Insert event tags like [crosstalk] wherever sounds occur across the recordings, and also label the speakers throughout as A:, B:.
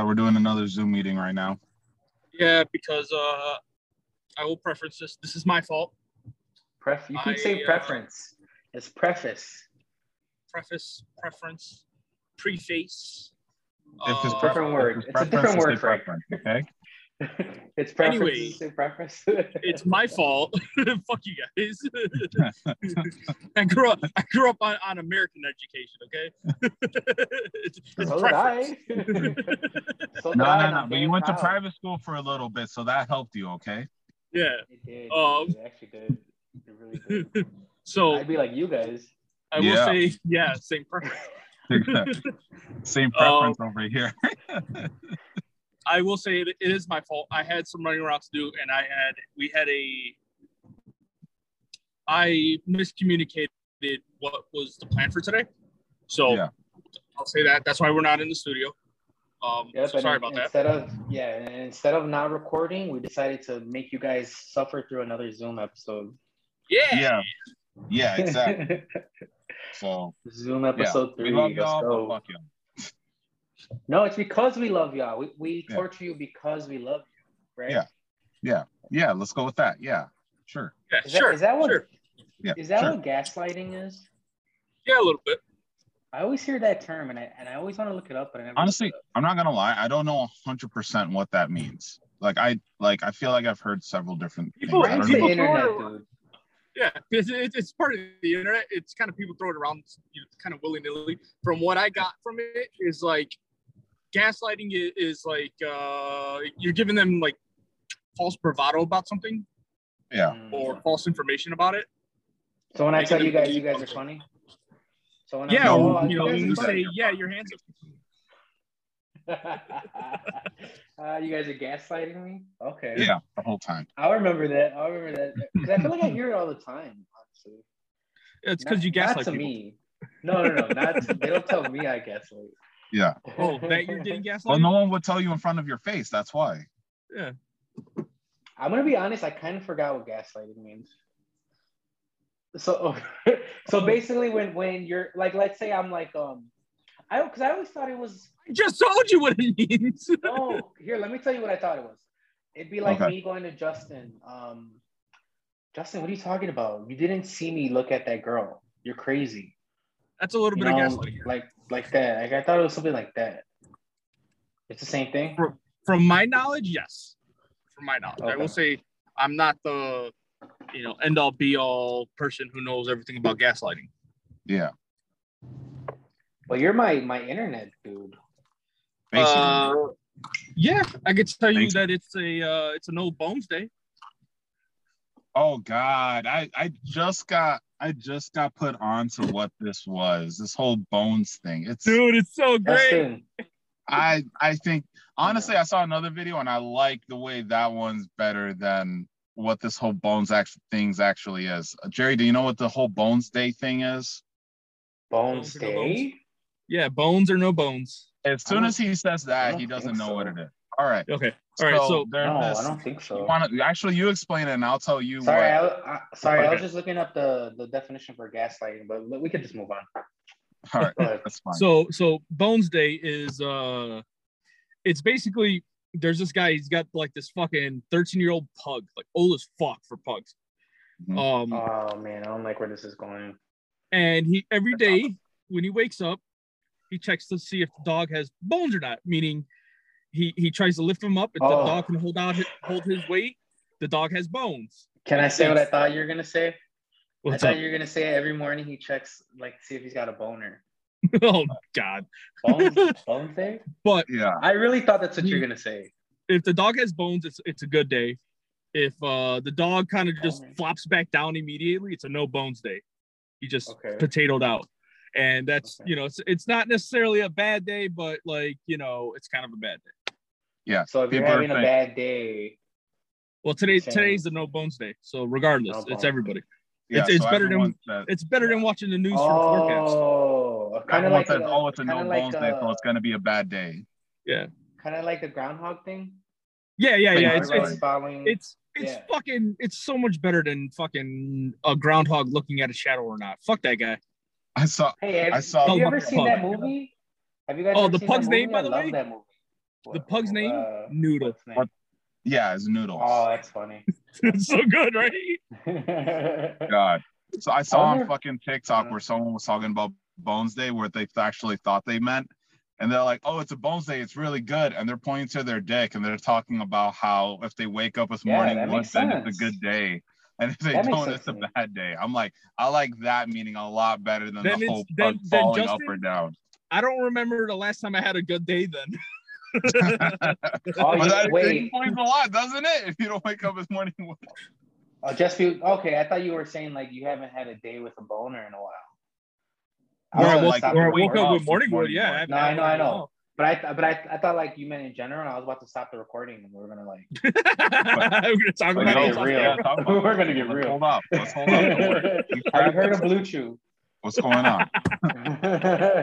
A: [laughs]
B: we're doing another Zoom meeting right now.
C: Yeah, because uh, I will preference this. This is my fault.
A: Pref, you can
C: I,
A: say
C: uh,
A: preference. It's preface. [laughs]
C: Preface, preference, preface.
B: If it's
C: Uh,
A: Oh, Different
B: preference,
A: word.
B: if
A: It's a different
B: preference,
A: word,
B: say
A: Frank.
B: preference, Okay.
A: [laughs] it's preference.
C: Anyway.
A: you say preference.
C: it's my fault. [laughs] Fuck you guys. [laughs] I grew up. I grew up on, on American education. Okay. [laughs] it's,
A: [laughs]
C: it's
A: so did
C: preference.
A: I.
C: [laughs]
A: so did I,
B: No, no,
A: and
B: no.
A: I'm
B: But
A: very
B: you went to
A: proud.
B: private school for a little bit, so that helped you,
A: [laughs]
B: okay? [laughs]
C: Yeah.
A: It did.
C: Um,
A: it actually did. It really did.
C: [laughs] So
A: I'd be like you guys.
C: I will
B: Yeah.
C: say, yeah, same preference.
B: Same
A: Oh.
B: preference over
A: [laughs]
B: here.
C: I will say it, it is my fault. I had some running around to do, and I had we had a I miscommunicated what was the plan for today. So
B: Yeah.
C: I'll say that. That's why we're not in the studio. Um,
A: Yep,
C: so
A: and
C: sorry
A: in-
C: about that.
A: Instead of yeah, and instead of not recording, we decided to make you guys suffer through another Zoom episode.
C: Yeah.
B: Yeah. Yeah,
A: [laughs]
B: exactly. So
A: Zoom
B: yeah.
A: episode
B: we
A: three.
B: love
A: let's
B: y'all,
A: go.
B: but fuck y'all.
A: No, it's because we love y'all. We, we
B: Yeah.
A: torture you because we love you, right?
B: Yeah. Yeah, let's go with that. Yeah. Sure.
C: Yeah,
A: Is that,
C: sure.
A: is that what
C: sure.
B: Yeah.
A: is that
B: sure.
A: what gaslighting is?
C: Yeah, a little bit.
A: I always hear that term, and I and I always want to look it up, but I never look
B: honestly
A: it up.
B: i'm not gonna lie i don't know 100% what that means like i like i feel like i've heard several different
C: People-
B: things I
A: Frank's
B: don't know.
A: the
C: people-
A: internet
C: throw-
A: dude.
C: Yeah, it's, it's, it's part of the internet. It's kind of people throw it around, you know, kind of willy nilly. From what I got from it is like gaslighting i- is like uh, you're giving them like false bravado about something
B: yeah
A: Mm.
C: or false information about it.
A: So when I
C: Making
A: tell
C: them
A: you guys,
C: believe
A: you guys are
C: something.
A: funny. So when
C: Yeah,
A: I
B: No,
C: or, you know,
B: you
C: you
B: guys are
C: say yeah, your hands up.
A: [laughs]
C: [laughs]
A: uh, you guys are gaslighting me. Okay.
B: yeah the whole time
A: I remember that. I remember that. 'Cause I feel like I hear it all the time. Honestly,
C: It's because
A: Not-
C: you gaslight
A: Not to
C: people.
A: me. No, no, no. Not to, they don't tell me I gaslight. [laughs]
B: yeah
C: Oh, that you're getting
B: well
C: gaslighted.
B: no one would tell you in front of your face that's why
A: I'm gonna be honest. I kind of forgot what gaslighting means. So, [laughs] so basically, when when you're like, let's say I'm like, um, I because I always thought it was
C: I just told you what it means. [laughs]
A: no. Here, let me tell you what I thought it was. It'd be like
B: Okay.
A: me going to Justin. Um, Justin, what are you talking about? You didn't see me look at that girl. You're crazy.
C: That's a little
A: You
C: bit
A: know,
C: of gaslighting.
A: like like that. Like I thought it was something like that. It's the same thing.
C: From my knowledge, yes. From my knowledge, I
A: Okay.
C: will say I'm not the you know end all be all person who knows everything about gaslighting.
B: yeah
A: Well, you're my my internet dude.
B: basically
C: Uh, yeah, I could tell you
B: Thanks.
C: that it's a uh, it's an old bones day.
B: oh god i i just got i just got put on to what this was this whole bones thing it's
C: Dude, it's so great.
A: Justin,
B: i i think honestly i saw another video and i like the way that one's better than what this whole bones act things actually is Uh, jerry do you know what the whole bones day thing is
A: Bones
C: Don't forget
A: Day.
C: Yeah, bones or no bones.
B: As
A: I
B: soon
A: don't-
B: as he says
A: I
B: that,
A: don't
B: he doesn't
A: think
B: know what
A: so.
B: it is. All right.
C: Okay. All right, so-
B: there's
A: No,
B: this-
A: I don't think
B: You
A: so.
B: wanna, actually, you explain it, and I'll tell you
A: Sorry,
B: what.
A: I, I, sorry, I was
C: Okay.
A: just looking up the, the definition for gaslighting, but we could just move on.
B: All right,
C: [laughs]
A: But
B: that's fine.
C: So so Bones Day is uh it's basically there's this guy, he's got like this fucking 13 year old pug, like old as fuck for pugs.
B: Mhm.
C: Um
A: oh man, I don't like where this is going.
C: and he every day when he wakes up, he checks to see if the dog has bones or not, meaning he he tries to lift him up. If the
A: Oh.
C: dog can hold out hold his weight, the dog has bones.
A: Can I say what I thought you were gonna say?
C: What's
A: I
C: up?
A: thought you were gonna say every morning he checks like see if he's got a
C: [laughs]
A: boner.
C: [laughs] oh god.
A: Bones, bones day.
C: But
B: yeah,
A: I really thought that's what you're gonna say.
C: if the dog has bones, it's it's a good day. If uh the dog kind of just
A: Bones.
C: flops back down immediately, it's a no bones day. He just
A: Okay.
C: potatoed out. And that's
A: Okay.
C: you know, it's it's not necessarily a bad day, but like, you know, it's kind of a bad day.
B: yeah.
A: So if you're
B: People are
A: having a
B: saying-
A: bad day,
C: Well, today
A: Same.
C: today's the no bones day. So regardless,
A: No
C: it's
A: bones.
C: everybody.
B: yeah,
C: it's- it's
B: so
C: better than-
B: everyone says-
C: It's better than watching the news for forecast.
A: oh, kind of
B: everyone
A: like
B: says,
A: the-
B: oh, it's a
A: kinda
B: no
A: like
B: bones day, so
A: the-
B: it's gonna be a bad day.
A: kind of like the groundhog thing.
C: Yeah, yeah,
B: Like,
C: yeah. It's
B: everybody-
C: it's
A: Everyone's following.
C: it's it's
A: Yeah.
C: fucking it's so much better than fucking a groundhog looking at a shadow or not. Fuck that guy.
B: I saw.
A: hey, have,
B: I saw-
A: have you
C: Oh,
A: ever
C: my
A: seen
C: God.
A: that movie? Have you guys?
C: Oh,
A: ever
C: the
A: seen that
C: pug's name,
A: movie?
C: by
A: I
C: the
A: love
C: way?
A: That movie.
C: The pug's name?
A: Uh,
C: Noodle.
A: what's his name?
B: What? Yeah, it's noodles.
A: Oh, that's funny.
C: [laughs]
A: [laughs]
C: it's so good, right?
B: God. So I saw
A: wonder-
B: on fucking TikTok where someone was talking about Bones Day, where they actually thought they meant, and they're like, "Oh, it's a Bones Day. It's really good," and they're pointing to their dick and they're talking about how if they wake up this
A: Yeah, that
B: morning
A: makes
B: once, then it's
A: sense.
B: a good day, and if they
A: That makes
B: don't,
A: sense
B: it's a
A: to me.
B: bad day. I'm like, I like that meaning a lot better than
C: Then
B: the
C: it's-
B: whole
C: then-
B: bug
C: then
B: falling up
C: Justin-
B: or down.
C: I don't remember the last time I had a good day then.
A: [laughs] Oh,
B: [laughs] But
A: you-
B: that
A: wait.
B: explains a lot, doesn't it? If you don't wake up this morning, what-
A: Oh, just be okay. I thought you were saying like you haven't had a day with a boner in a while. I
B: Where I
A: was
B: like-
A: stopping
B: where I
A: the
B: woke
A: recording.
B: up with morning wood, yeah,
A: No, I know, I know. But I, th- but I, I thought like you meant in general. and I was about to stop the recording, and we were gonna
C: [laughs]
A: like [laughs]
C: We're gonna talk
A: We're
B: But
A: gonna
C: about
B: no,
C: it.
A: get real.
B: yeah, talk about
A: We're
B: it.
A: gonna get
B: Let's
A: real.
B: Hold up. Let's hold up.
A: [laughs]
B: What-
A: Have you heard of Blue Chew?
B: What's going on?
A: [laughs] Yo,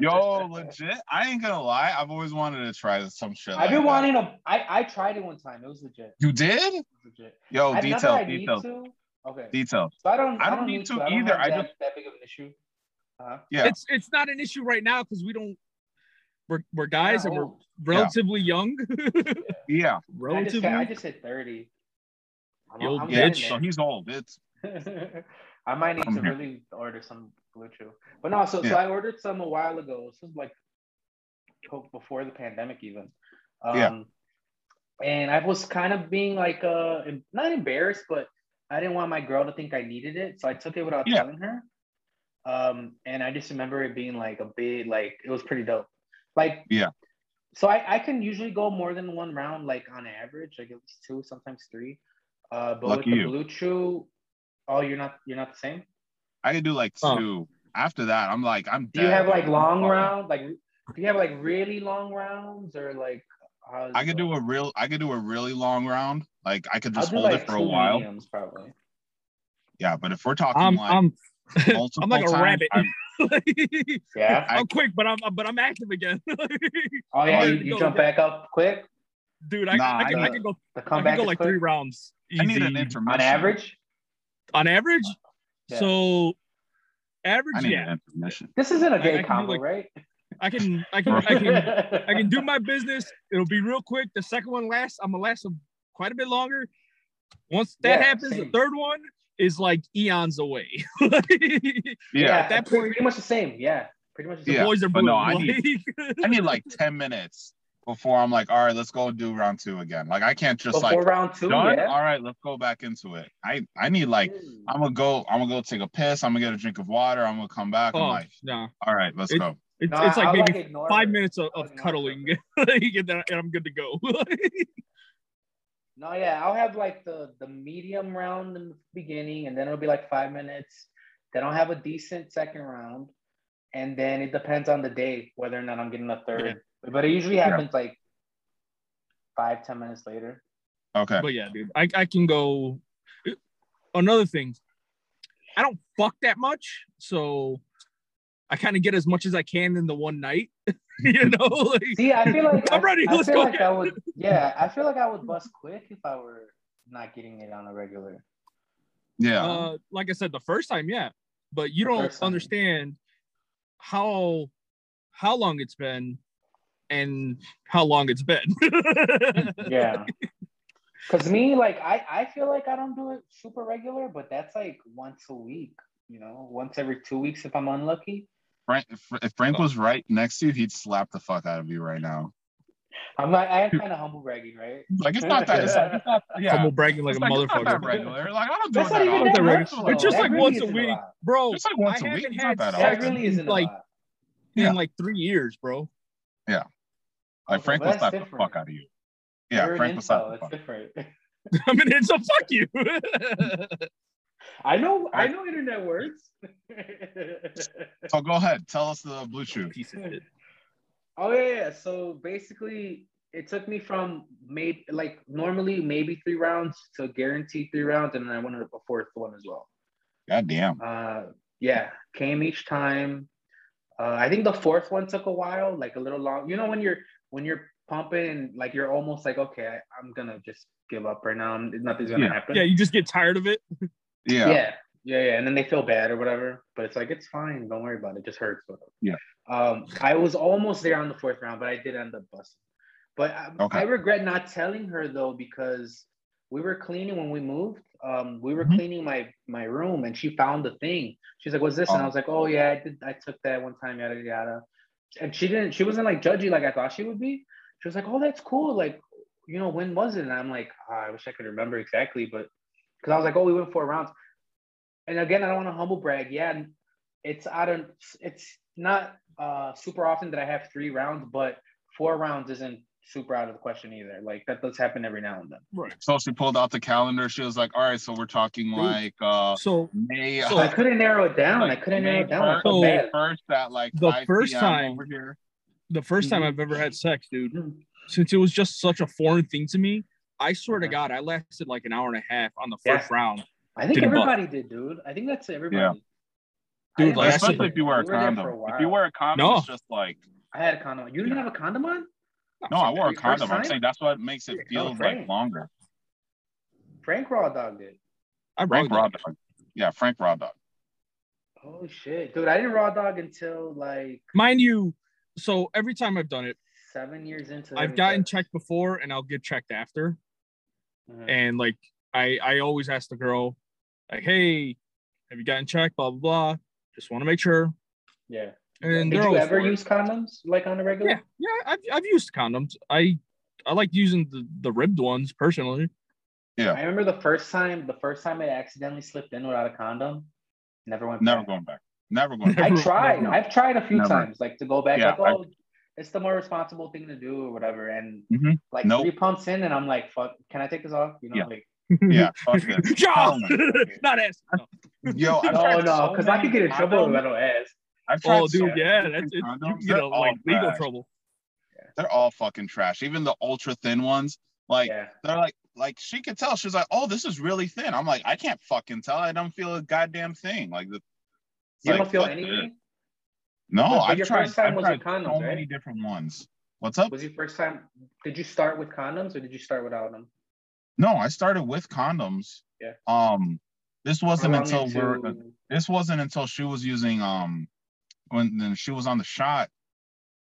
B: Yo, legit. I ain't gonna lie. I've always wanted to try this- some shit.
A: I've
B: like uh,
A: been
B: that.
A: wanting a. I I tried it one time. It was legit. It
B: You did?
A: was legit.
B: Yo,
A: I, not that I
B: details,
A: need
B: details,
A: to. Okay.
B: details.
A: So I don't.
B: I don't need to
A: I don't
B: either.
A: have
B: I
A: that, that big of an issue. Uh-huh.
B: Yeah.
C: It's it's not an issue right now because we don't we're, we're guys
A: Not
C: and we're
A: old.
C: relatively young.
B: Yeah,
A: I just,
C: relatively
A: got- I just hit thirty. I'm,
C: You old
A: I'm
B: yeah.
A: getting
C: bitch.
B: So he's old. It's
A: there. [laughs] I might need
B: I'm
A: to
B: here.
A: really order some Blue Chew. But no, so so
B: Yeah.
A: I ordered some a while ago. This was like co- before the pandemic even. Um,
B: Yeah.
A: And I was kind of being like, uh, em- not embarrassed, but I didn't want my girl to think I needed it, so I took it without
B: Yeah.
A: telling her. Um, and I just remember it being like a big, like it was pretty dope. Like
B: Yeah.
A: So I I can usually go more than one round, like on average, like at least two, sometimes three. Uh, but
B: Lucky
A: with the
B: you.
A: Blue Chew, oh, you're not you're not the same.
B: I could do like
C: Oh.
B: two. After that, I'm like, I'm
A: Do
B: dead.
A: you have like long
B: Fuck.
A: round? Like, do you have like really long rounds or like? How
B: I could do a real I could do a really long round. Like I could just hold it for a
A: two
B: while.
A: mediums probably.
B: Yeah, but if we're talking
A: [laughs]
C: I'm
B: like
C: I'm
B: multiple
C: I'm like a
B: times,
C: rabbit.
B: I'm-
C: [laughs]
A: Yeah.
B: I-
C: I'm quick, but I'm but I'm active again. [laughs]
A: Oh yeah,
C: I'm
A: you,
C: ready to
A: you
C: go.
A: jump back up quick.
C: Dude, I,
B: Nah,
C: I, can,
A: I-
C: I can go
A: The
C: I
A: comeback
C: can go
A: is
C: like
A: quick.
C: three rounds. Easy.
B: I need an
A: on
B: intermission.
A: average.
C: on average.
A: Yeah.
C: So
B: I
C: average,
B: need
C: yeah.
B: an intermission.
A: This isn't a
C: I
A: gay
C: can do,
A: combo,
C: like,
A: right?
C: I can I can I can
A: [laughs]
C: I can do my business. It'll be real quick. The second one lasts. I'm gonna last a- quite a bit longer. Once that
A: Yeah,
C: happens, the
A: same.
C: third one is like eons away. [laughs] the
B: Yeah.
A: Yeah,
C: at that
A: it's pretty-
C: point-
A: pretty much the same. Yeah, pretty much the same.
B: Yeah,
C: boys are
B: but
C: blue.
B: no, I need- [laughs]
C: Like,
B: I need like 10 minutes before I'm like, all right, let's go do round two again. Like I can't just
A: Before
B: like
A: round two,
B: done.
A: yeah.
B: All right, let's go back into it. I I need like
A: Mm.
B: I'm gonna go. I'm gonna go take a piss. I'm gonna get a drink of water. I'm gonna come back. I'm
C: oh
B: like,
C: no,
B: all right, let's
C: It-
B: go.
C: it's,
A: No,
C: it's
A: I-
C: like
A: I'll,
C: maybe
A: ignore
C: five
A: it.
C: minutes of,
A: I'll
C: of
A: ignore it.
C: cuddling, [laughs] and then- and I'm good to go. [laughs]
A: No, yeah, I'll have like the the medium round in the beginning, and then it'll be like five minutes. Then I'll have a decent second round, and then it depends on the day whether or not I'm getting a third. But it usually
B: Yeah.
A: happens like five ten minutes later.
B: Okay.
C: but yeah, dude, I, I can go. Another thing, I don't fuck that much, so I kind of get as much as I can in the one night. [laughs] you know, like,
A: See, I feel like
C: I'm
A: I,
C: ready.
A: I
C: Let's
A: feel
C: go.
A: like I would. Yeah, I feel like I would bust quick if I were not getting it on a regular.
B: Yeah.
C: uh, like I said, the first time, yeah, but you
A: The
C: don't
A: first time.
C: understand how how long it's been and how long it's been. [laughs]
A: Yeah. Cause me, like I, I feel like I don't do it super regular, but that's like once a week, you know, once every two weeks if I'm unlucky.
B: Frank, if, if
C: oh.
B: Frank was right next to you, he'd slap the fuck out of you right now.
A: I'm like I am kind of humble bragging, right?
B: Like it's not that. It's like, it's not, yeah.
C: Humble bragging like
B: It's
C: a
B: it's not that
C: motherfucker,
B: regular. Like I don't do
A: That's
B: it
A: not
B: that
A: even
B: often.
A: that
C: often.
A: much.
B: It's
A: though.
C: It's just
A: That
C: like
A: really
C: once a
A: isn't
C: week.
A: lot.
C: bro.
B: It's like once
C: I
B: a week.
C: haven't
B: It's not
C: had
B: that
C: sex
B: often.
A: That really isn't
C: like
A: a lot.
B: Yeah.
C: in like three years, bro. [laughs]
B: Like Frank
A: Well,
B: will
A: that's
B: slap the
A: different.
B: fuck out of you. Yeah,
A: You're an
B: Frank will slap
A: info,
B: the fuck.
A: It's different.
C: I mean, it's a fuck you.
A: I know. I
B: Alright.
A: know internet words.
B: So Oh, go ahead, tell us the blue chew.
C: Piece of shit.
A: [laughs] Oh yeah, yeah. So basically, it took me from maybe like normally maybe three rounds to guaranteed three rounds, and then I went up a fourth one as well.
B: God damn.
A: Uh, yeah, came each time. Uh, I think the fourth one took a while, like a little long. You know when you're when you're pumping and like you're almost like okay, I, I'm gonna just give up right now. Nothing's gonna happen.
C: Yeah, you just get tired of it.
B: Yeah.
A: yeah. yeah, yeah, And then they feel bad or whatever. But it's like it's fine. Don't worry about it. It just hurts. Whatever.
B: Yeah.
A: Um, I was almost there on the fourth round, but I did end up busting. But I,
B: Okay.
A: I regret not telling her though because we were cleaning when we moved. Um, we were
B: Mhm.
A: cleaning my my room and she found the thing. She's like, "What's this?" And I
B: Oh.
A: was like, "Oh yeah, I did. I took that one time, yada yada." And she didn't. She wasn't like judgy like I thought she would be. She was like, "Oh, that's cool. Like, you know, when was it?" And I'm like, "Ah, "I wish I could remember exactly, but." Because I was like, oh, we went four rounds, and again, I don't want to humble brag. Yeah, it's I don't. It's not uh, super often that I have three rounds, but four rounds isn't super out of the question either. Like that does happen every now and then.
D: Right.
B: So she pulled out the calendar. She was like, "All right, so we're talking like uh
C: So
B: May."
C: So-
A: So I couldn't narrow it down. I couldn't narrow
B: May
A: it down. I
B: first,
A: felt
C: So-
B: May
A: bad.
B: first at like
C: The
B: 5
C: first
B: PM
C: time-
B: over here.
C: the 1st time
A: Mhm.
C: I've ever had sex, dude, since it was just such a foreign thing to me, I swear to
A: Mhm.
C: God, I lasted like an hour and a half on the
A: Yeah.
C: first round.
A: I think
C: Didn't bother.
A: everybody did, dude. I think that's everybody.
B: Yeah.
A: I
C: Dude,
A: didn't
C: like,
A: have
C: that's
B: Especially
C: the-
A: condom.
B: if you wear a
A: We were there for
B: condom.
A: while.
B: If you wear a condom,
C: No.
B: it's just
A: [laughs]
B: like
A: I had a condom. You didn't have a condom on,
B: no, I wore a
A: First
B: condom. I'm
A: time?
B: saying that's what makes it
A: Yeah,
B: feel
A: no,
B: like
A: Frank.
B: longer.
A: Frank Raw Dog did.
C: I
B: Frank
C: raw
B: Raw
C: dogged.
B: Dog. Yeah, Frank Raw Dog.
A: Oh shit, dude! I didn't raw dog until like
C: Mind you, so every time I've done it,
A: seven years into.
C: I've
A: having
C: gotten
A: sex.
C: checked before and I'll get checked after.
A: Mhm.
C: And like I I always ask the girl, like, hey, have you gotten checked? Blah blah blah. Just want to make sure.
A: Yeah.
C: And
A: Did
C: they're
A: you
C: always
A: ever
C: for it.
A: use condoms like on a regular?
C: Yeah, yeah. I've, I've used condoms. I I like using the, the ribbed ones personally.
A: I remember the first time, the first time I accidentally slipped in without a condom. Never went.
B: Never
A: back.
B: going back. Never going back.
C: [laughs] Never-
A: I tried.
B: never.
A: I've tried a few
B: Never.
A: times, like to go back,
B: Yeah,
A: like
B: I-
A: oh, it's the more responsible thing to do or whatever. And
B: Mhm.
A: like
B: Nope.
A: three pumps in, and I'm like, fuck, can I take this off? You know,
B: Yeah.
A: like
C: [laughs]
B: Yeah, fuck this.
C: Joe, [laughs] not ass. No.
B: Yo, I've
A: no, no,
B: tried so
A: because I could get in
B: many
A: trouble if I
B: condoms.
A: don't ask.
B: I've tried
C: Oh,
B: so
C: dude,
B: many
C: yeah, that's it.
B: different
C: You
B: condoms.
C: can get
B: They're
C: a, like
B: all
C: legal
B: trash.
C: trouble.
B: They're all fucking trash. Even the ultra thin ones. Like
A: yeah,
B: they're like like she could tell. She's like, oh, this is really thin. I'm like, I can't fucking tell. I don't feel a goddamn thing. Like the.
A: you
B: like,
A: don't feel
B: fuck this.
A: anything.
B: No,
A: But- but
B: I've
A: your
B: tried.
A: first time
B: I've
A: was
B: tried
A: with condoms,
B: so
A: right?
B: many different ones. What's up?
A: Was your first time? Did you start with condoms or did you start without them?
B: No, I started with condoms.
A: Yeah.
B: Um, this
A: How
B: wasn't
A: long
B: until we're uh,
A: into-
B: this wasn't until she was using um when then she was on the shot,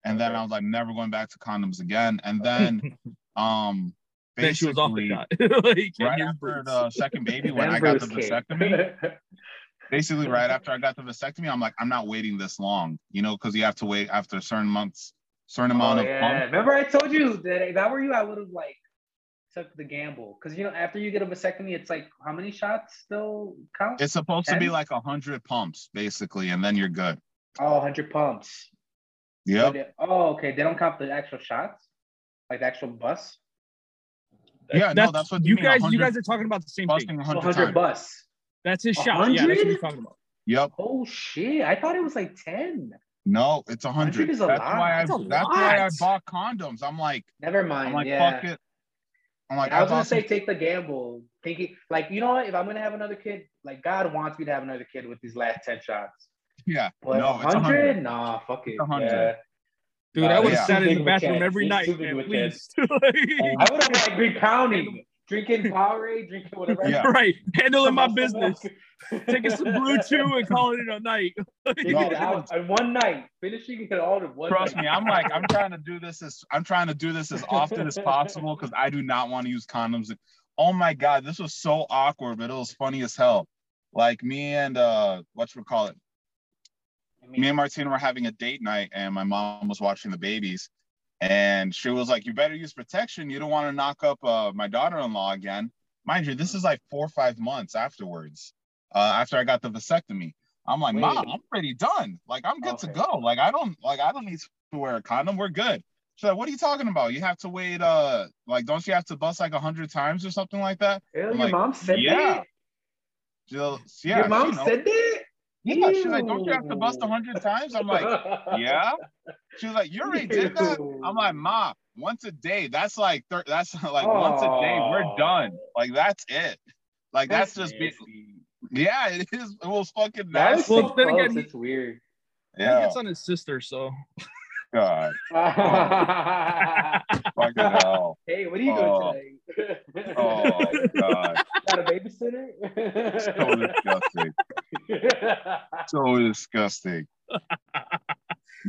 B: and then
A: Okay.
B: I was like never going back to condoms again. And then
A: [laughs]
B: um,
C: then she was off the
B: basically,
C: shot. [laughs] like,
B: Right
C: and
B: after
C: Bruce.
B: the second baby,
A: And
B: when I
A: then
B: got the
A: Bruce came.
B: vasectomy,
A: [laughs]
B: basically right after I got the vasectomy, I'm like, I'm not waiting this long, you know, because you have to wait after certain months, certain amount
A: Oh,
B: of
A: yeah.
B: months.
A: Remember, I told you that if I were you, I would have like took the gamble because you know after you get a vasectomy, it's like how many shots still count?
B: It's supposed to be
A: Ten?
B: like a hundred pumps, basically, and then you're good.
A: oh, 100 pumps.
B: Yep.
A: But- Oh, okay. They don't count the actual shots, like the actual bus.
B: Yeah, no, that's what
C: you
B: you mean,
C: guys. You
B: 100
C: guys are talking about the same thing.
B: Busting a
A: So
B: hundred
A: 100
B: times.
A: Oh, bus.
C: That's his shot. Yeah, that's what
A: 100?
C: we're talking about.
B: Yep.
A: Oh shit! I thought it was like 10.
B: No, it's a hundred.
A: 100 is
B: That's
A: a lot.
B: why I.
C: That's
B: That's,
C: a
B: why I
C: lot.
B: bought condoms. I'm like,
A: Never
B: I'm
A: mind.
B: like,
A: yeah.
B: fuck it. I'm like,
A: I was gonna
B: bought
A: say
B: some-
A: take the gamble, thinking like you know what? If I'm gonna have another kid, like God wants me to have another kid with these last 10 shots.
B: yeah,
A: But
B: no, it's a
A: 100? Nah, fuck it.
B: It's 100.
A: Yeah.
C: Dude,
A: Uh,
C: I would have
B: yeah.
C: sat in
A: He's too
C: the
A: big of a
C: bathroom
A: kid.
C: every
A: He's
C: night,
A: too big
C: man,
A: of a kid.
C: please. [laughs] Like,
A: I would have like been counting, drinking Powerade, drinking whatever. [laughs]
B: Yeah.
C: Right, handling my
A: Muscle
C: business,
A: milk.
C: taking some blue chew and calling it a night.
A: [laughs] Taking
B: No,
A: it out in one night, finishing it all in one
B: Trust
A: night.
B: me, I'm like, I'm trying to do this as I'm trying to do this as often as possible because I do not want to use condoms. Oh my god, this was so awkward, but it was funny as hell. Like me and uh what we call it?
A: I
B: Me
A: mean,
B: and Martina were having a date night and my mom was watching the babies. And she was like, You better use protection. You don't want to knock up uh, my daughter in law again. Mind you, this is like four or five months afterwards, uh, after I got the vasectomy. I'm like,
A: Wait.
B: Mom, I'm already done. Like, I'm good to
A: Okay.
B: go. Like, I don't like I don't need to wear a condom. We're good. She's like, What are you talking about? You have to wait, uh, like, don't you have to bust like a hundred times or something like that?
A: Ew, your
B: like,
A: mom said
B: yeah,
A: that.
B: She's like, yeah,
A: your mom
B: she knows.
A: said that.
B: yeah. She's like, Don't you have to bust a
A: Ew.
B: hundred times? I'm like,
A: [laughs]
B: Yeah. She was like, You already did that? I'm like, Ma, once a day. That's like, thir- that's [laughs] like once a day. We're
A: Aw.
B: done. Like that's it. Like that's, just, be-
A: nasty.
B: yeah, [laughs] it is. It was fucking
A: That
B: nasty.
A: was
C: Well,
A: so
C: then
A: close.
C: again-
A: it's weird. [laughs]
B: yeah,
C: It's on his sister, so
B: God,
A: hey,
B: fucking hell.
A: what are you
B: Oh.
A: doing [laughs] today?
B: Oh God,
A: Got a babysitter? [laughs]
B: so disgusting. So disgusting.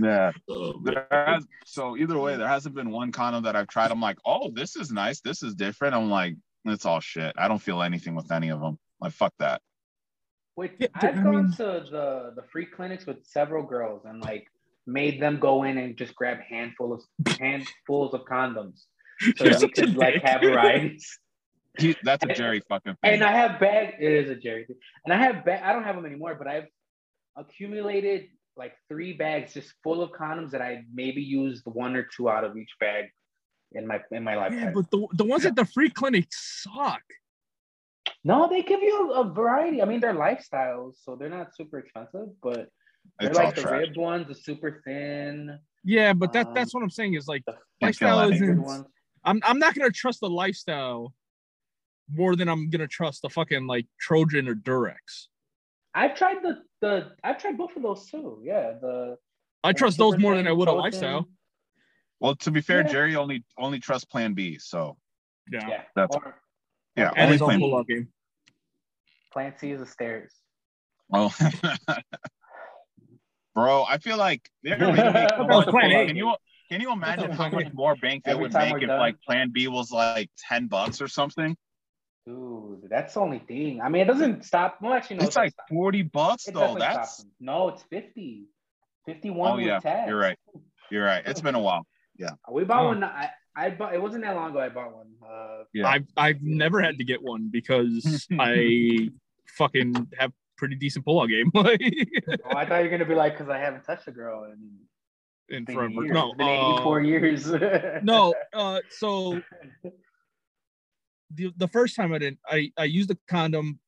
B: Yeah.
C: Oh, man.
B: There has, so either way, there hasn't been one condom that I've tried. I'm like, oh, this is nice. This is different. I'm like, it's all shit. I don't feel anything with any of them. Like, fuck that.
A: Which
C: Yeah, d-
A: I've
C: I
A: gone
C: mean-
A: to the the free clinics with several girls and like made them go in and just grab handful of handfuls of condoms
C: [laughs]
A: so that we
C: You're such a
A: could like
C: dick.
A: have
C: [laughs]
A: rides.
B: He, that's a Jerry fucking thing.
A: And I have bag. It is a Jerry thing. And I have bag. I don't have them anymore, but I've accumulated like three bags just full of condoms that I maybe used one or two out of each bag in my in my lifetime.
C: Yeah, but the, the ones at the free clinic suck.
A: no, they give you a variety. I mean, they're lifestyles, so they're not super expensive, but they're
B: it's all
A: like the
B: trash.
A: ribbed ones, the super thin,
C: Yeah, but that
A: Um,
C: that's what I'm saying is like
A: the
B: Can't feel
C: lifestyle
B: anything.
C: isn't-
A: flavored
C: Isn't-
A: ones.
C: I'm I'm not gonna trust the lifestyle more than I'm gonna trust the fucking like Trojan or Durex.
A: I've tried the the I've tried both of those too. Yeah, the
C: I
A: the
C: trust those
A: super
C: more than
A: thin,
C: I would a
A: Trojan.
C: lifestyle.
B: Well, to be fair,
A: Yeah.
B: Jerry only only trusts Plan B. So
C: Yeah,
A: Yeah,
B: That's-
A: or
B: yeah,
C: and
B: only
C: it's a
B: Plan.
A: only-
C: whole love game.
A: Plan C is the stairs.
B: Oh. [laughs] Bro, I feel like
A: [laughs]
B: they're gonna make so
C: Bro,
B: much-
C: Plan A.
B: Can you can you imagine how much more bank they
A: Every
B: would
A: time
B: make
A: we're
B: if
A: done.
B: like Plan B was like ten bucks or something?
A: Dude, that's the only thing. I mean, it doesn't stop. Well, actually, no,
B: It's like forty bucks though. That's
A: stops. No, it's 50. 51
B: Oh,
A: with
B: yeah,
A: tax.
B: You're right. You're right. It's been a while.
A: We bought
C: Oh.
A: one. I, I bought. It wasn't that long ago. I bought one. Uh,
B: Yeah.
C: I've I've never had to get one
A: [laughs]
C: because I fucking have pretty decent pull-out game [laughs] like
A: oh, I thought you were gonna be like, because I haven't touched a girl in,
C: in
A: 10
C: forever.
A: years.
C: No,
A: it's been
C: uh,
A: 84 years. [laughs]
C: no uh so the, the first time i didn't i i used the condom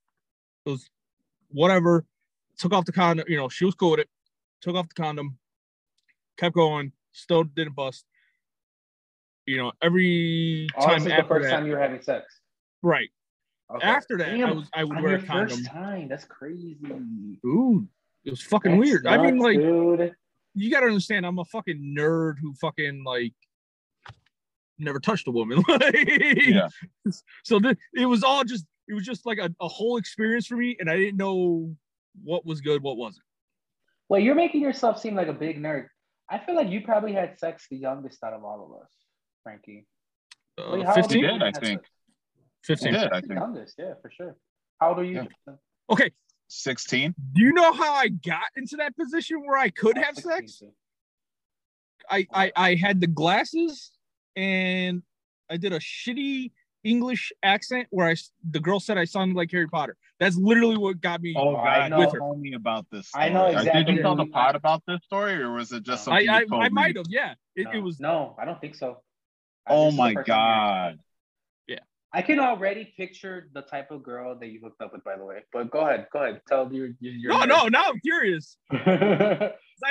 C: it was whatever took off the condom you know she was cool with it took off the condom kept going still didn't bust you know every
A: Oh,
C: time
A: this is the
C: after
A: first
C: that
A: time you were having sex.
C: right
A: Okay.
C: after that i
A: Damn,
C: was i would
A: on
C: wear
A: your
C: a condom
A: first time. That's crazy.
C: ooh it was fucking
A: That's
C: weird i mean
A: nuts,
C: like
A: dude.
C: you gotta understand i'm a fucking nerd who fucking like never touched a woman [laughs]
B: Yeah.
C: so th- it was all just it was just like a, a whole experience for me and i didn't know what was good what wasn't
A: Well, you're making yourself seem like a big nerd. I feel like you probably had sex the youngest out of all of us, Frankie. Wait,
C: uh,
A: how old were
C: 15
A: you
B: did,
A: when
B: I
A: you had
B: think.
A: sex?
B: He
C: 15
B: did, I
A: The
B: think.
A: Youngest, yeah, for sure. How old are you?
C: okay
B: Sixteen.
C: do you know how i got into that position where i could have sex I, I I had the glasses and I did a shitty English accent where I s- the girl said I sounded like Harry Potter. That's literally what got me.
B: Oh
A: I
B: God,
A: know.
B: you told me about this.
A: I know
B: story.
A: exactly
B: Did you tell the
A: who-
B: pod about this story, or was it just
A: No.
B: something
C: I
B: you told
C: I, I
B: me?
C: might have. Yeah, it,
A: No,
C: it was.
A: no, I don't think so. I-
B: Oh
A: this is the
B: my
A: first time you're-
B: God.
A: I can already picture the type of girl that you hooked up with, by the way. But go ahead, go ahead. Tell your your, your
C: No, no. Now I'm curious.
A: [laughs]
C: I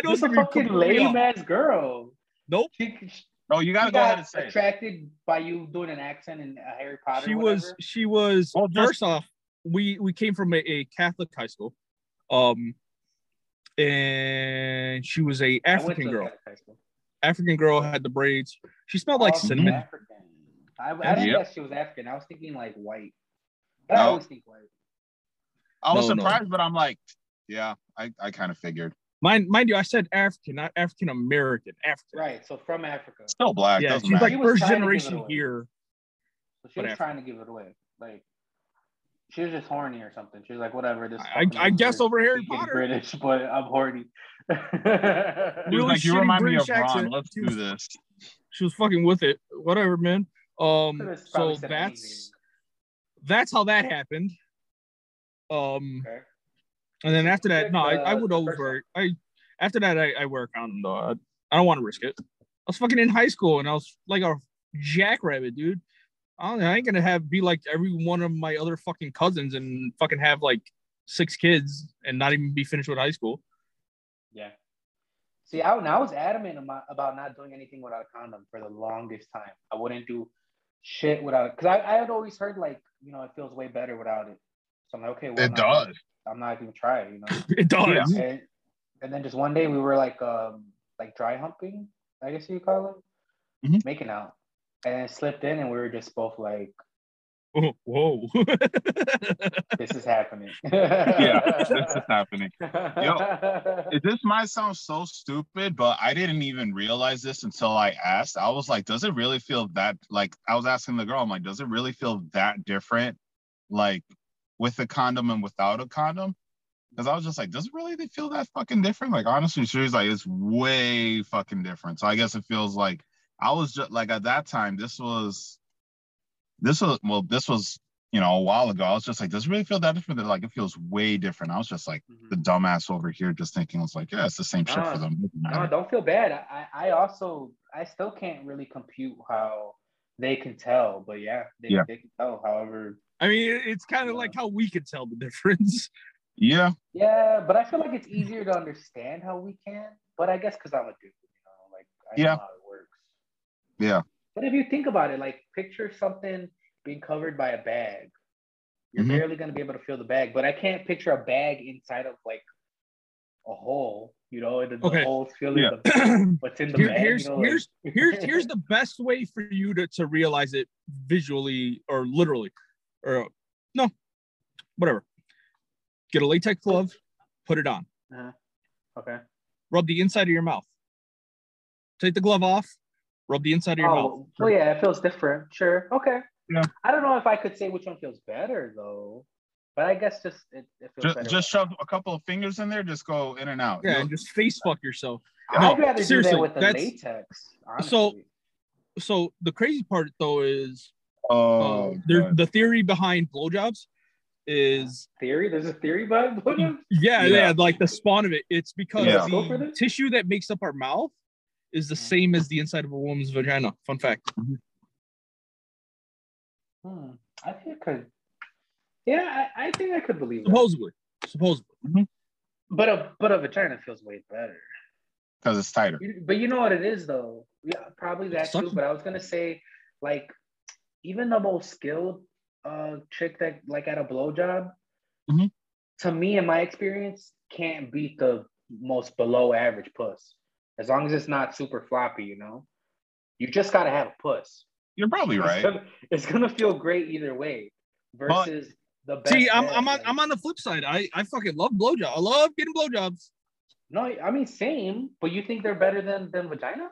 C: know
A: Just a
C: some people
A: fucking
C: put me
A: lame
C: off.
A: ass girl.
C: Nope.
A: She, she
B: No, you gotta
A: she
B: go ahead
A: got
B: and say. it.
A: attracted by you doing an accent in uh, Harry Potter.
C: She
A: or
C: was.
A: whatever.
C: She was.
B: Well, just-
C: first off, we we came from a, a Catholic high school, um, and she was a
A: I went
C: African
A: to
C: girl.
A: Catholic high school.
C: African girl had the braids. She smelled like
A: Oh, she's
C: cinnamon.
A: African. I, I didn't
B: Yep.
A: guess she was African. I was thinking like white. But I
B: No.
A: always think white.
B: I was
C: No, no.
B: surprised, but I'm like, yeah, I, I kind of figured.
C: Mind, mind you, I said African, not African American. African.
A: Right. So from Africa.
B: Still black.
C: Yeah,
B: doesn't
C: she's
B: matter.
C: like
A: She was
C: first
A: trying to give it
C: generation
A: away.
C: here.
A: So she
C: But
A: was
C: after-
A: trying to give it away. Like she was just horny or something. She was like, whatever. This
C: I, I
A: fucking
C: guess
A: loser
C: over Harry
A: speaking
C: Potter.
A: British, [laughs] but I'm horny.
B: He was
C: really
B: like, you
C: shitty
B: remind me of
C: British
B: Ron.
C: accent.
B: Let's do this.
C: She was fucking with it. Whatever, man. Um,
A: Could've probably
C: so
A: said
C: that's that's how that happened. Um,
A: anything. Okay.
C: and then after that,
A: Like,
C: no, I, I
A: uh,
C: would
A: the
C: always
A: first
C: wear. I after that, I, I wear a condom though. I, I don't want to risk it. I was fucking in high school and I was like a jackrabbit, dude. I, don't, I ain't gonna have be like every one of my other fucking cousins and fucking have like six kids and not even be finished with high school. [laughs]
A: Yeah. See, I, and I was adamant amo- about not doing anything without a condom for the longest time. I wouldn't do shit without it. Because I, I had always heard, like, you know, it feels way better without it. So I'm like, okay, well, I'm
B: It
A: not gonna-
B: does. Oh,
A: I'm not going to try it, you know?
B: [laughs]
C: It does.
A: and, and then just one day we were like um like dry humping, I guess you call it,
B: Mhm.
A: making out, and it slipped in, and we were just both like,
C: [laughs] Whoa. [laughs]
A: This is happening.
B: [laughs]
A: [laughs]
B: Yeah, this is happening. [laughs] This might sound so stupid, but I didn't even realize this until I asked. I was like, does it really feel that like I was asking the girl, I'm like, does it really feel that different? Like with a condom and without a condom? Because I was just like, does it really feel that fucking different? Like honestly, she was like, it's way fucking different. So I guess it feels like I was just like at that time, this was this was well, this was you know a while ago. I was just like, does it really feel that different? They're like, it feels way different. I was just like the
A: Mhm.
B: dumbass over here just thinking it's like, yeah, it's the same shit
A: Ah,
B: for them. Doesn't
A: No,
B: matter.
A: don't feel bad. I, I I also I still can't really compute how they can tell, but yeah, they,
B: Yeah.
A: they can tell. However,
C: I mean, it- it's kind of like how we can tell the difference. [clears throat]
B: Yeah,
A: yeah, but I feel like it's easier to understand how we can. But I guess because I'm a dude, you know, like I
B: Yeah.
A: know how it works.
B: yeah,
A: But if you think about it, like picture something being covered by a bag. You're
B: Mhm.
A: barely gonna be able to feel the bag, but I can't picture a bag inside of like a hole. You know, and the, the
C: Okay.
A: holes feeling
B: Yeah.
A: the, what's in the
C: Here-
A: bag.
C: here's-
A: you know, like-
C: here's- Here's
B: [laughs]
C: here's the best way for you to, to realize it visually or literally, or no, whatever. Get a latex glove, put it on,
A: okay.
C: rub the inside of your mouth. Take the glove off, rub the inside of your
A: Oh, well, yeah, it feels different. Sure. Okay.
B: Yeah.
A: I don't know if I could say which one feels better though, but I guess just it, it feels
B: just,
A: better.
B: just shove a couple of fingers in there, just go in and out.
C: mouth. Yeah,
B: You'll-
C: and just face fuck yourself.
A: I'd
C: no,
A: rather do
C: seriously,
A: that with the
C: that's-
A: latex.
C: so-
A: Honestly.
C: So the crazy part though is uh,
B: oh,
C: there,
B: God.
C: the theory behind blowjobs is
A: theory, there's a theory behind [laughs] blowjobs.
C: yeah,
B: Yeah.
C: yeah, like the spawn of it. It's because
B: Yeah. Mm.
A: Go for
C: the
A: this?
C: tissue that makes up our mouth is the
A: Mhm.
C: same as the inside of a woman's vagina. Fun fact.
A: Hmm. I think I could. Yeah, I, I think I could believe that.
C: Supposedly. Supposedly.
A: But a but a vagina feels way better.
B: because it's tighter.
A: You- But you know what it is though. Yeah, probably that too.
C: Sucking.
A: But I was gonna say, like, even the most skilled uh chick that like at a blowjob,
C: Mm-hmm.
B: Mhm.
A: to me in my experience, can't beat the most below average puss. As long as it's not super floppy, you know. You just gotta have a puss.
B: You're probably
A: It's [laughs]
B: right.
A: gonna- It's gonna feel great either way.
B: But-
A: Versus the best.
C: See, I'm
A: man,
C: I'm on
A: like-
C: I'm on the flip side. I, I fucking love blowjobs. I love getting blowjobs.
A: No, I mean same, but you think they're better than than vagina?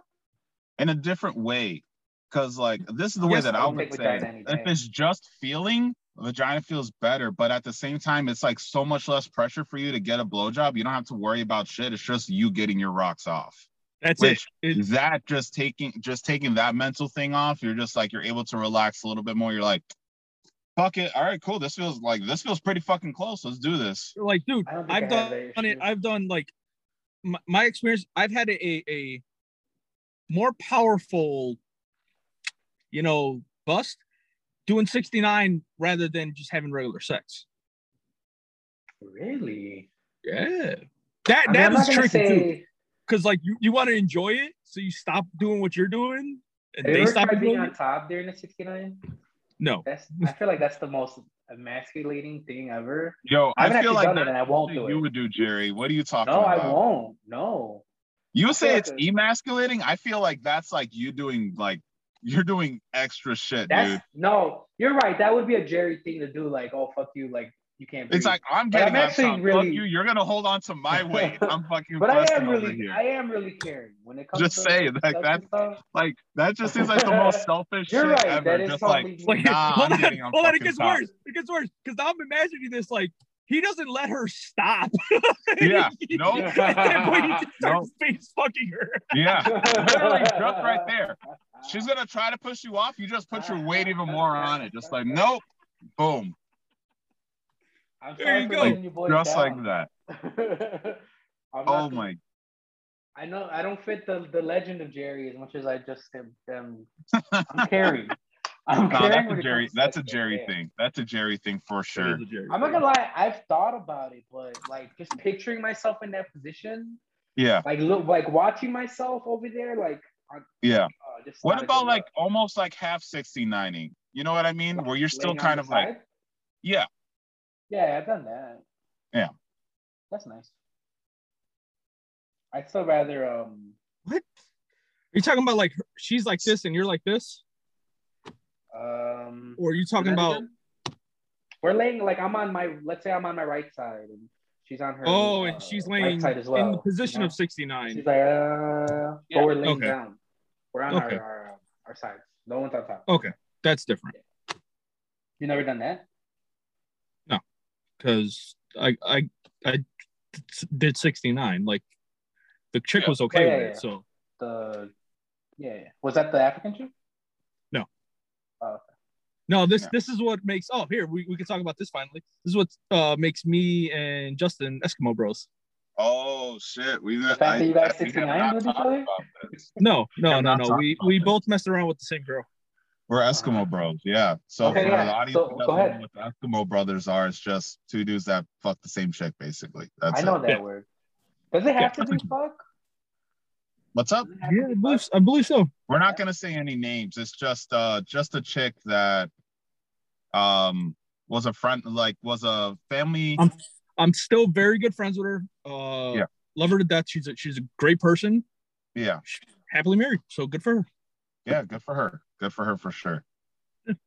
B: in a different way. Because like this is the way
C: Yes,
B: that
A: I
B: I
A: would
B: would
A: pick
B: say
A: vagina any
B: it. if
A: day.
B: it's just feeling, vagina feels better, but at the same time, it's like so much less pressure for you to get a blowjob. You don't have to worry about shit. It's just you getting your rocks off.
C: That's
B: Which
C: it. It's-
B: that just taking just taking that mental thing off, you're just like you're able to relax a little bit more. You're like, fuck it. All right, cool. This feels like this feels pretty fucking close. Let's do this.
C: like, dude,
A: I don't think
C: I've
A: I have
C: done
A: that
C: it.
A: issue.
C: I've done like my, my experience. I've had a a more powerful, you know, bust doing 69 rather than just having regular sex.
A: Really?
C: Yeah, that
A: I mean,
C: that
A: I'm not
C: was
A: gonna
C: tricky too.
A: say
C: Because like you, you want to enjoy it, so you stop doing what you're doing,
A: have
C: and
A: you
C: they
A: ever
C: stop
A: tried being
C: doing
A: on
C: it.
A: top during the 69.
C: No,
A: That's I feel like that's the most emasculating thing ever.
B: Yo,
A: I haven't
B: I feel
A: actually
B: like
A: done it,
B: that's
A: and I won't do
B: something you
A: it.
B: would do, Jerry. What are you talking
A: No,
B: about?
A: I won't. No.
B: You
A: I feel
B: say
A: like
B: it's
A: a-
B: emasculating. I feel like that's like you doing like you're doing extra shit,
A: That's
B: dude.
A: no. You're right. That would be a Jerry thing to do. Like, oh fuck you. Like you can't. Breathe.
B: It's like I'm
A: But
B: getting
A: I'm
B: on
A: actually
B: top.
A: really-
B: Fuck you. You're gonna hold on to [laughs] my weight. I'm fucking.
A: but I am
B: pressing over
A: really,
B: here.
A: I am really caring when it comes.
B: Just
A: to
B: say it, like,
A: sex
B: that's-
A: and stuff.
B: like that just seems like the [laughs] most selfish
A: You're
B: shit
A: right.
B: ever.
A: that is
B: just
A: totally
B: [laughs] like
A: me. [laughs]
C: like
B: Nah, I'm
C: hold on,
B: getting on
C: hold on, it
B: fucking
C: gets
B: top.
C: worse. It gets worse because I'm imagining this like he doesn't let her stop. [laughs]
B: Yeah, no,
A: [laughs]
C: At that point, he
B: [laughs]
C: just starts face fucking her.
B: yeah. Literally just right there. She's gonna try to push you off. You just put your weight even more on it. Just like nope, boom,
A: I'm
C: There
A: sorry
C: you
A: for
C: go.
A: letting you boys
B: just
A: down.
B: like
A: [laughs]
B: that.
A: that. I'm
B: Oh
A: not,
B: my.
A: I know I don't fit the, the legend of Jerry as much as I just am. am
B: [laughs]
A: I'm caring. I'm
B: Nah,
A: caring
B: that's
A: when
B: a
A: it
B: Jerry.
A: comes to
B: That's a
A: sex,
B: Jerry
A: yeah.
B: thing. That's a Jerry thing for sure.
A: I'm not gonna lie. I've thought about it, but like just picturing myself in that position,
B: Yeah,
A: like look, like watching myself over there, like
B: yeah.
A: uh, just. not
B: What
A: a
B: about
A: good
B: like
A: look.
B: almost like half 60 90? You know what I mean? Where you're still
A: Laying on
B: kind
A: the
B: of like,
A: side?
B: yeah,
A: Yeah, I've done that.
B: Yeah.
A: That's nice. I'd still rather um
C: What? Are you talking about like her- she's like this and you're like this?
A: Um,
C: Or are you talking about?
A: we're laying like I'm on my let's say I'm on my right side and she's on her.
C: Oh,
A: uh,
C: and she's
A: right
C: laying
A: side as
C: in the
A: well,
C: position
A: you
C: of sixty nine.
A: She's like, uh,
D: Yeah.
A: but we're laying
C: Okay.
A: down. We're on
C: Okay. Oh.
A: our, our uh, our sides. No one's on top.
C: Okay, that's different
A: You never done that?
C: because I I I did sixty nine. Like the chick
B: Yeah.
C: was okay
A: yeah,
C: with
A: yeah.
C: it, so
A: The yeah, yeah. was that the African chick?
C: No, this
B: Yeah.
C: this is what makes oh here we, we can talk about this finally. This is what uh makes me and Justin Eskimo bros.
B: Oh shit! We
A: fact that you guys
B: we have
A: 69
B: not
A: with each
B: talked
A: other?
B: about this.
C: No, no,
B: I'm
C: no,
B: not
C: no.
B: talking
C: We
B: about
C: we
B: this.
C: both messed around with the same girl.
B: We're Eskimo bros, yeah. So
A: Okay,
B: for
A: yeah.
B: the audience
A: So,
B: who
A: go
B: doesn't know
A: ahead.
B: what the Eskimo brothers are, it's just two dudes that fuck the same chick, basically. That's
A: I know
B: it.
A: that
C: Yeah.
A: word. Does it have to
C: Yeah.
A: be fuck?
C: [laughs]
B: What's up?
A: Does it have to
C: Yeah,
A: be
C: I
A: fuck?
C: believe I believe so.
B: We're not gonna say any names. It's just uh just a chick that um was a friend, like was a family.
C: I'm I'm still very good friends with her. Uh
B: Yeah.
C: love her to death. She's a she's a great person,
B: yeah,
C: happily married, so good for her.
B: yeah. Good for her. Good for her for sure.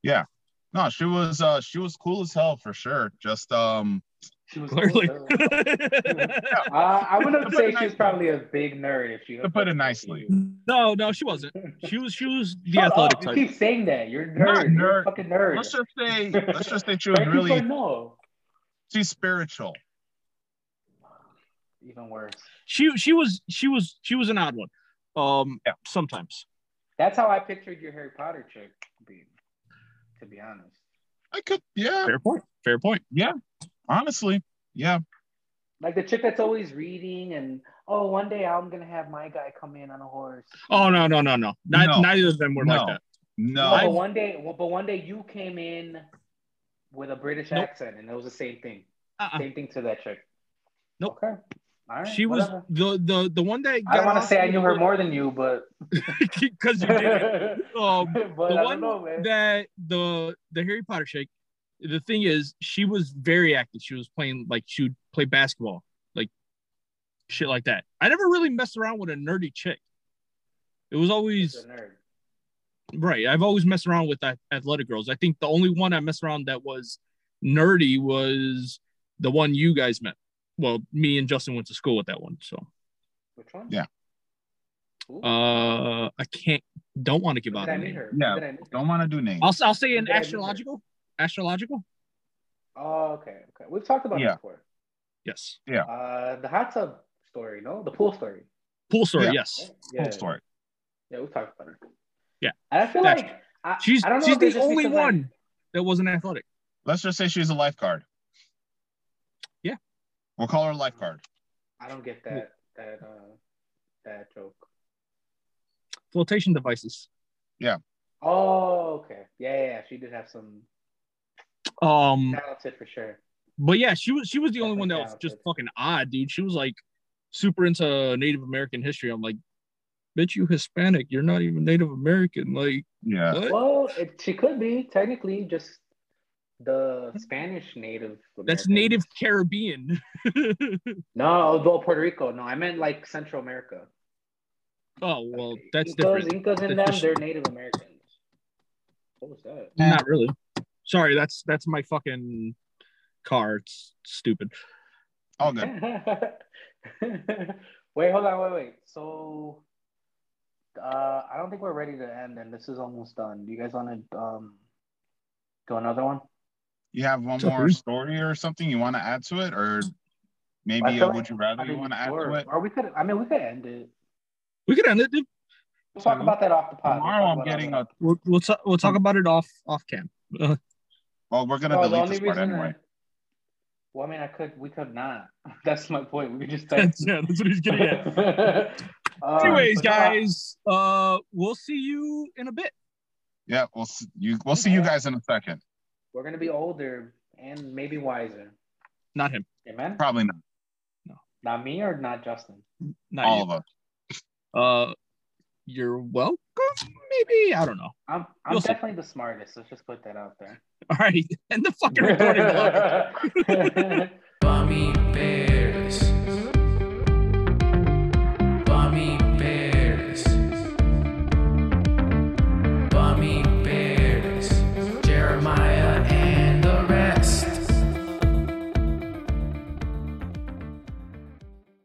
B: Yeah. No, she was uh she was cool as hell for sure. Just um
A: She
C: [laughs]
A: was
C: Clearly.
A: cool, though. uh, I
C: [laughs]
A: wouldn't
B: To put it
A: say she's
B: nicely.
A: probably a big nerd if she
B: To put it nicely.
C: no, no, she wasn't. She was she was the
A: [laughs] Shut
C: athletic
A: up.
C: type.
A: You keep saying that. You're a nerd.
B: Not
A: You're
B: nerd.
A: a fucking nerd.
B: let's just say let's just say she was
A: But people
B: really
A: know.
B: she's spiritual.
A: Even worse.
C: She she was she was she was an odd one. Um
B: Yeah.
C: sometimes.
A: That's how I pictured your Harry Potter chick being, to be honest.
B: I could yeah,
C: Fair point. Fair point.
B: honestly. Yeah.
A: Like the chick that's always reading and oh, one day I'm gonna have my guy come in on a horse.
C: Oh no, no, no, no. Not,
B: No.
C: Neither of them were
B: No.
C: like that.
B: No.
A: No, but
C: I've-
A: one day, well, but one day you came in with a British
C: Nope.
A: accent, and it was the same thing.
C: Uh-uh.
A: Same thing to that chick.
C: Nope.
A: Okay. All right.
C: She was
A: whatever.
C: the the the one that
A: I don't want
C: off
A: to say I knew her
C: with-
A: more than you, but.
C: [laughs] 'cause you
A: but [laughs]
C: did. Um,
A: I
C: one
A: don't know, man.
C: that the the Harry Potter shake. The thing is, she was very active. She was playing like she would play basketball, like shit like that. I never really messed around with a nerdy chick. It was
A: She's
C: always
A: a nerd.
C: right. I've always messed around with that athletic girls. I think the only one I messed around that was nerdy was the one you guys met. Well, me and Justin went to school with that one, so.
A: Which one?
B: Yeah.
A: Ooh,
C: Uh, I can't. Don't want to give
A: when
C: out.
A: did I
C: a
A: meet
C: name.
A: her?
B: Yeah.
A: When did I meet her?
B: Don't want to do names.
C: I'll I'll say
A: When
C: an
A: did I meet her?
C: astrological. Astrological.
A: Oh, okay. Okay. We've talked about
B: Yeah.
A: it before.
C: Yes.
A: Uh, the hot tub story, no? The pool story.
C: Pool story.
B: Yeah.
C: Yes.
A: Yeah.
B: Cool story.
A: Yeah, we've talked about it.
C: Yeah.
A: And I feel
C: That's-
A: like I,
C: She's
A: I don't know
C: she's
A: if it's
C: the
A: just
C: only
A: because I-
C: one that wasn't athletic.
B: Let's just say she's a lifeguard.
C: Yeah.
B: We'll call her a lifeguard.
A: I don't get that that uh that joke.
C: Flotation devices.
A: Oh, okay. Yeah, yeah, yeah. she did have some
C: Um.
A: talented for sure.
C: But yeah, she was she was the only
A: Definitely
C: one that was just
A: talented.
C: fucking odd, dude. She was like super into Native American history. I'm like, bitch, you Hispanic. You're not even Native American. Like,
B: Yeah.
C: what?
A: Well, it, she could be technically just the Spanish native.
C: That's
A: American.
C: Native Caribbean. [laughs]
A: No, well, Puerto Rico. No, I meant like Central America.
C: oh well,
A: Like,
C: that's
A: Incas,
C: different.
A: Incas and
C: That's
A: them,
C: just-
A: they're Native Americans. What was that?
C: Not really. Sorry, that's that's my fucking car. It's stupid.
B: All
A: [laughs]
B: good.
A: wait, hold on, wait, wait. So, uh, I don't think we're ready to end, and this is almost done. Do you guys want to um, do another one?
B: You have one
C: It's up to
B: more
C: you.
B: story or something you want to add to it, or
A: I
B: maybe
A: feel
B: a
A: like-
B: would you rather
A: I
B: you
A: mean,
B: want to add to
A: or,
B: it?
A: or we could. I mean, we could end it.
C: We could end it. Dude.
A: We'll talk about that off the pod. We'll
B: Tomorrow
A: talk
B: I'm
A: about all
B: getting
A: that.
B: a.
C: We'll we'll, ta- we'll talk about it off off cam.
B: Well, we're gonna
A: No,
B: delete this part anyway.
A: that- well, I mean, I could. We could not. [laughs] That's my point. We could
C: [laughs]
A: just.
C: That's, yeah, that's what he's getting at.
A: [laughs] Um,
C: Anyways,
A: but no, I-
C: guys, uh, we'll see you in a bit.
B: Yeah, we'll see you. We'll see you guys in a second.
A: we're gonna be older and maybe wiser.
C: Not him.
A: Amen.
B: Probably not.
A: Not me or not Justin.
C: Not
B: All of us.
C: you. Uh, you're welcome. Maybe I don't know. [laughs]
A: I'm I'm
C: You'll see.
A: definitely the smartest. Let's just put that
C: [laughs]
A: out there. [laughs]
C: All right, end the fucking recording. Walker.
A: Bummy bitch.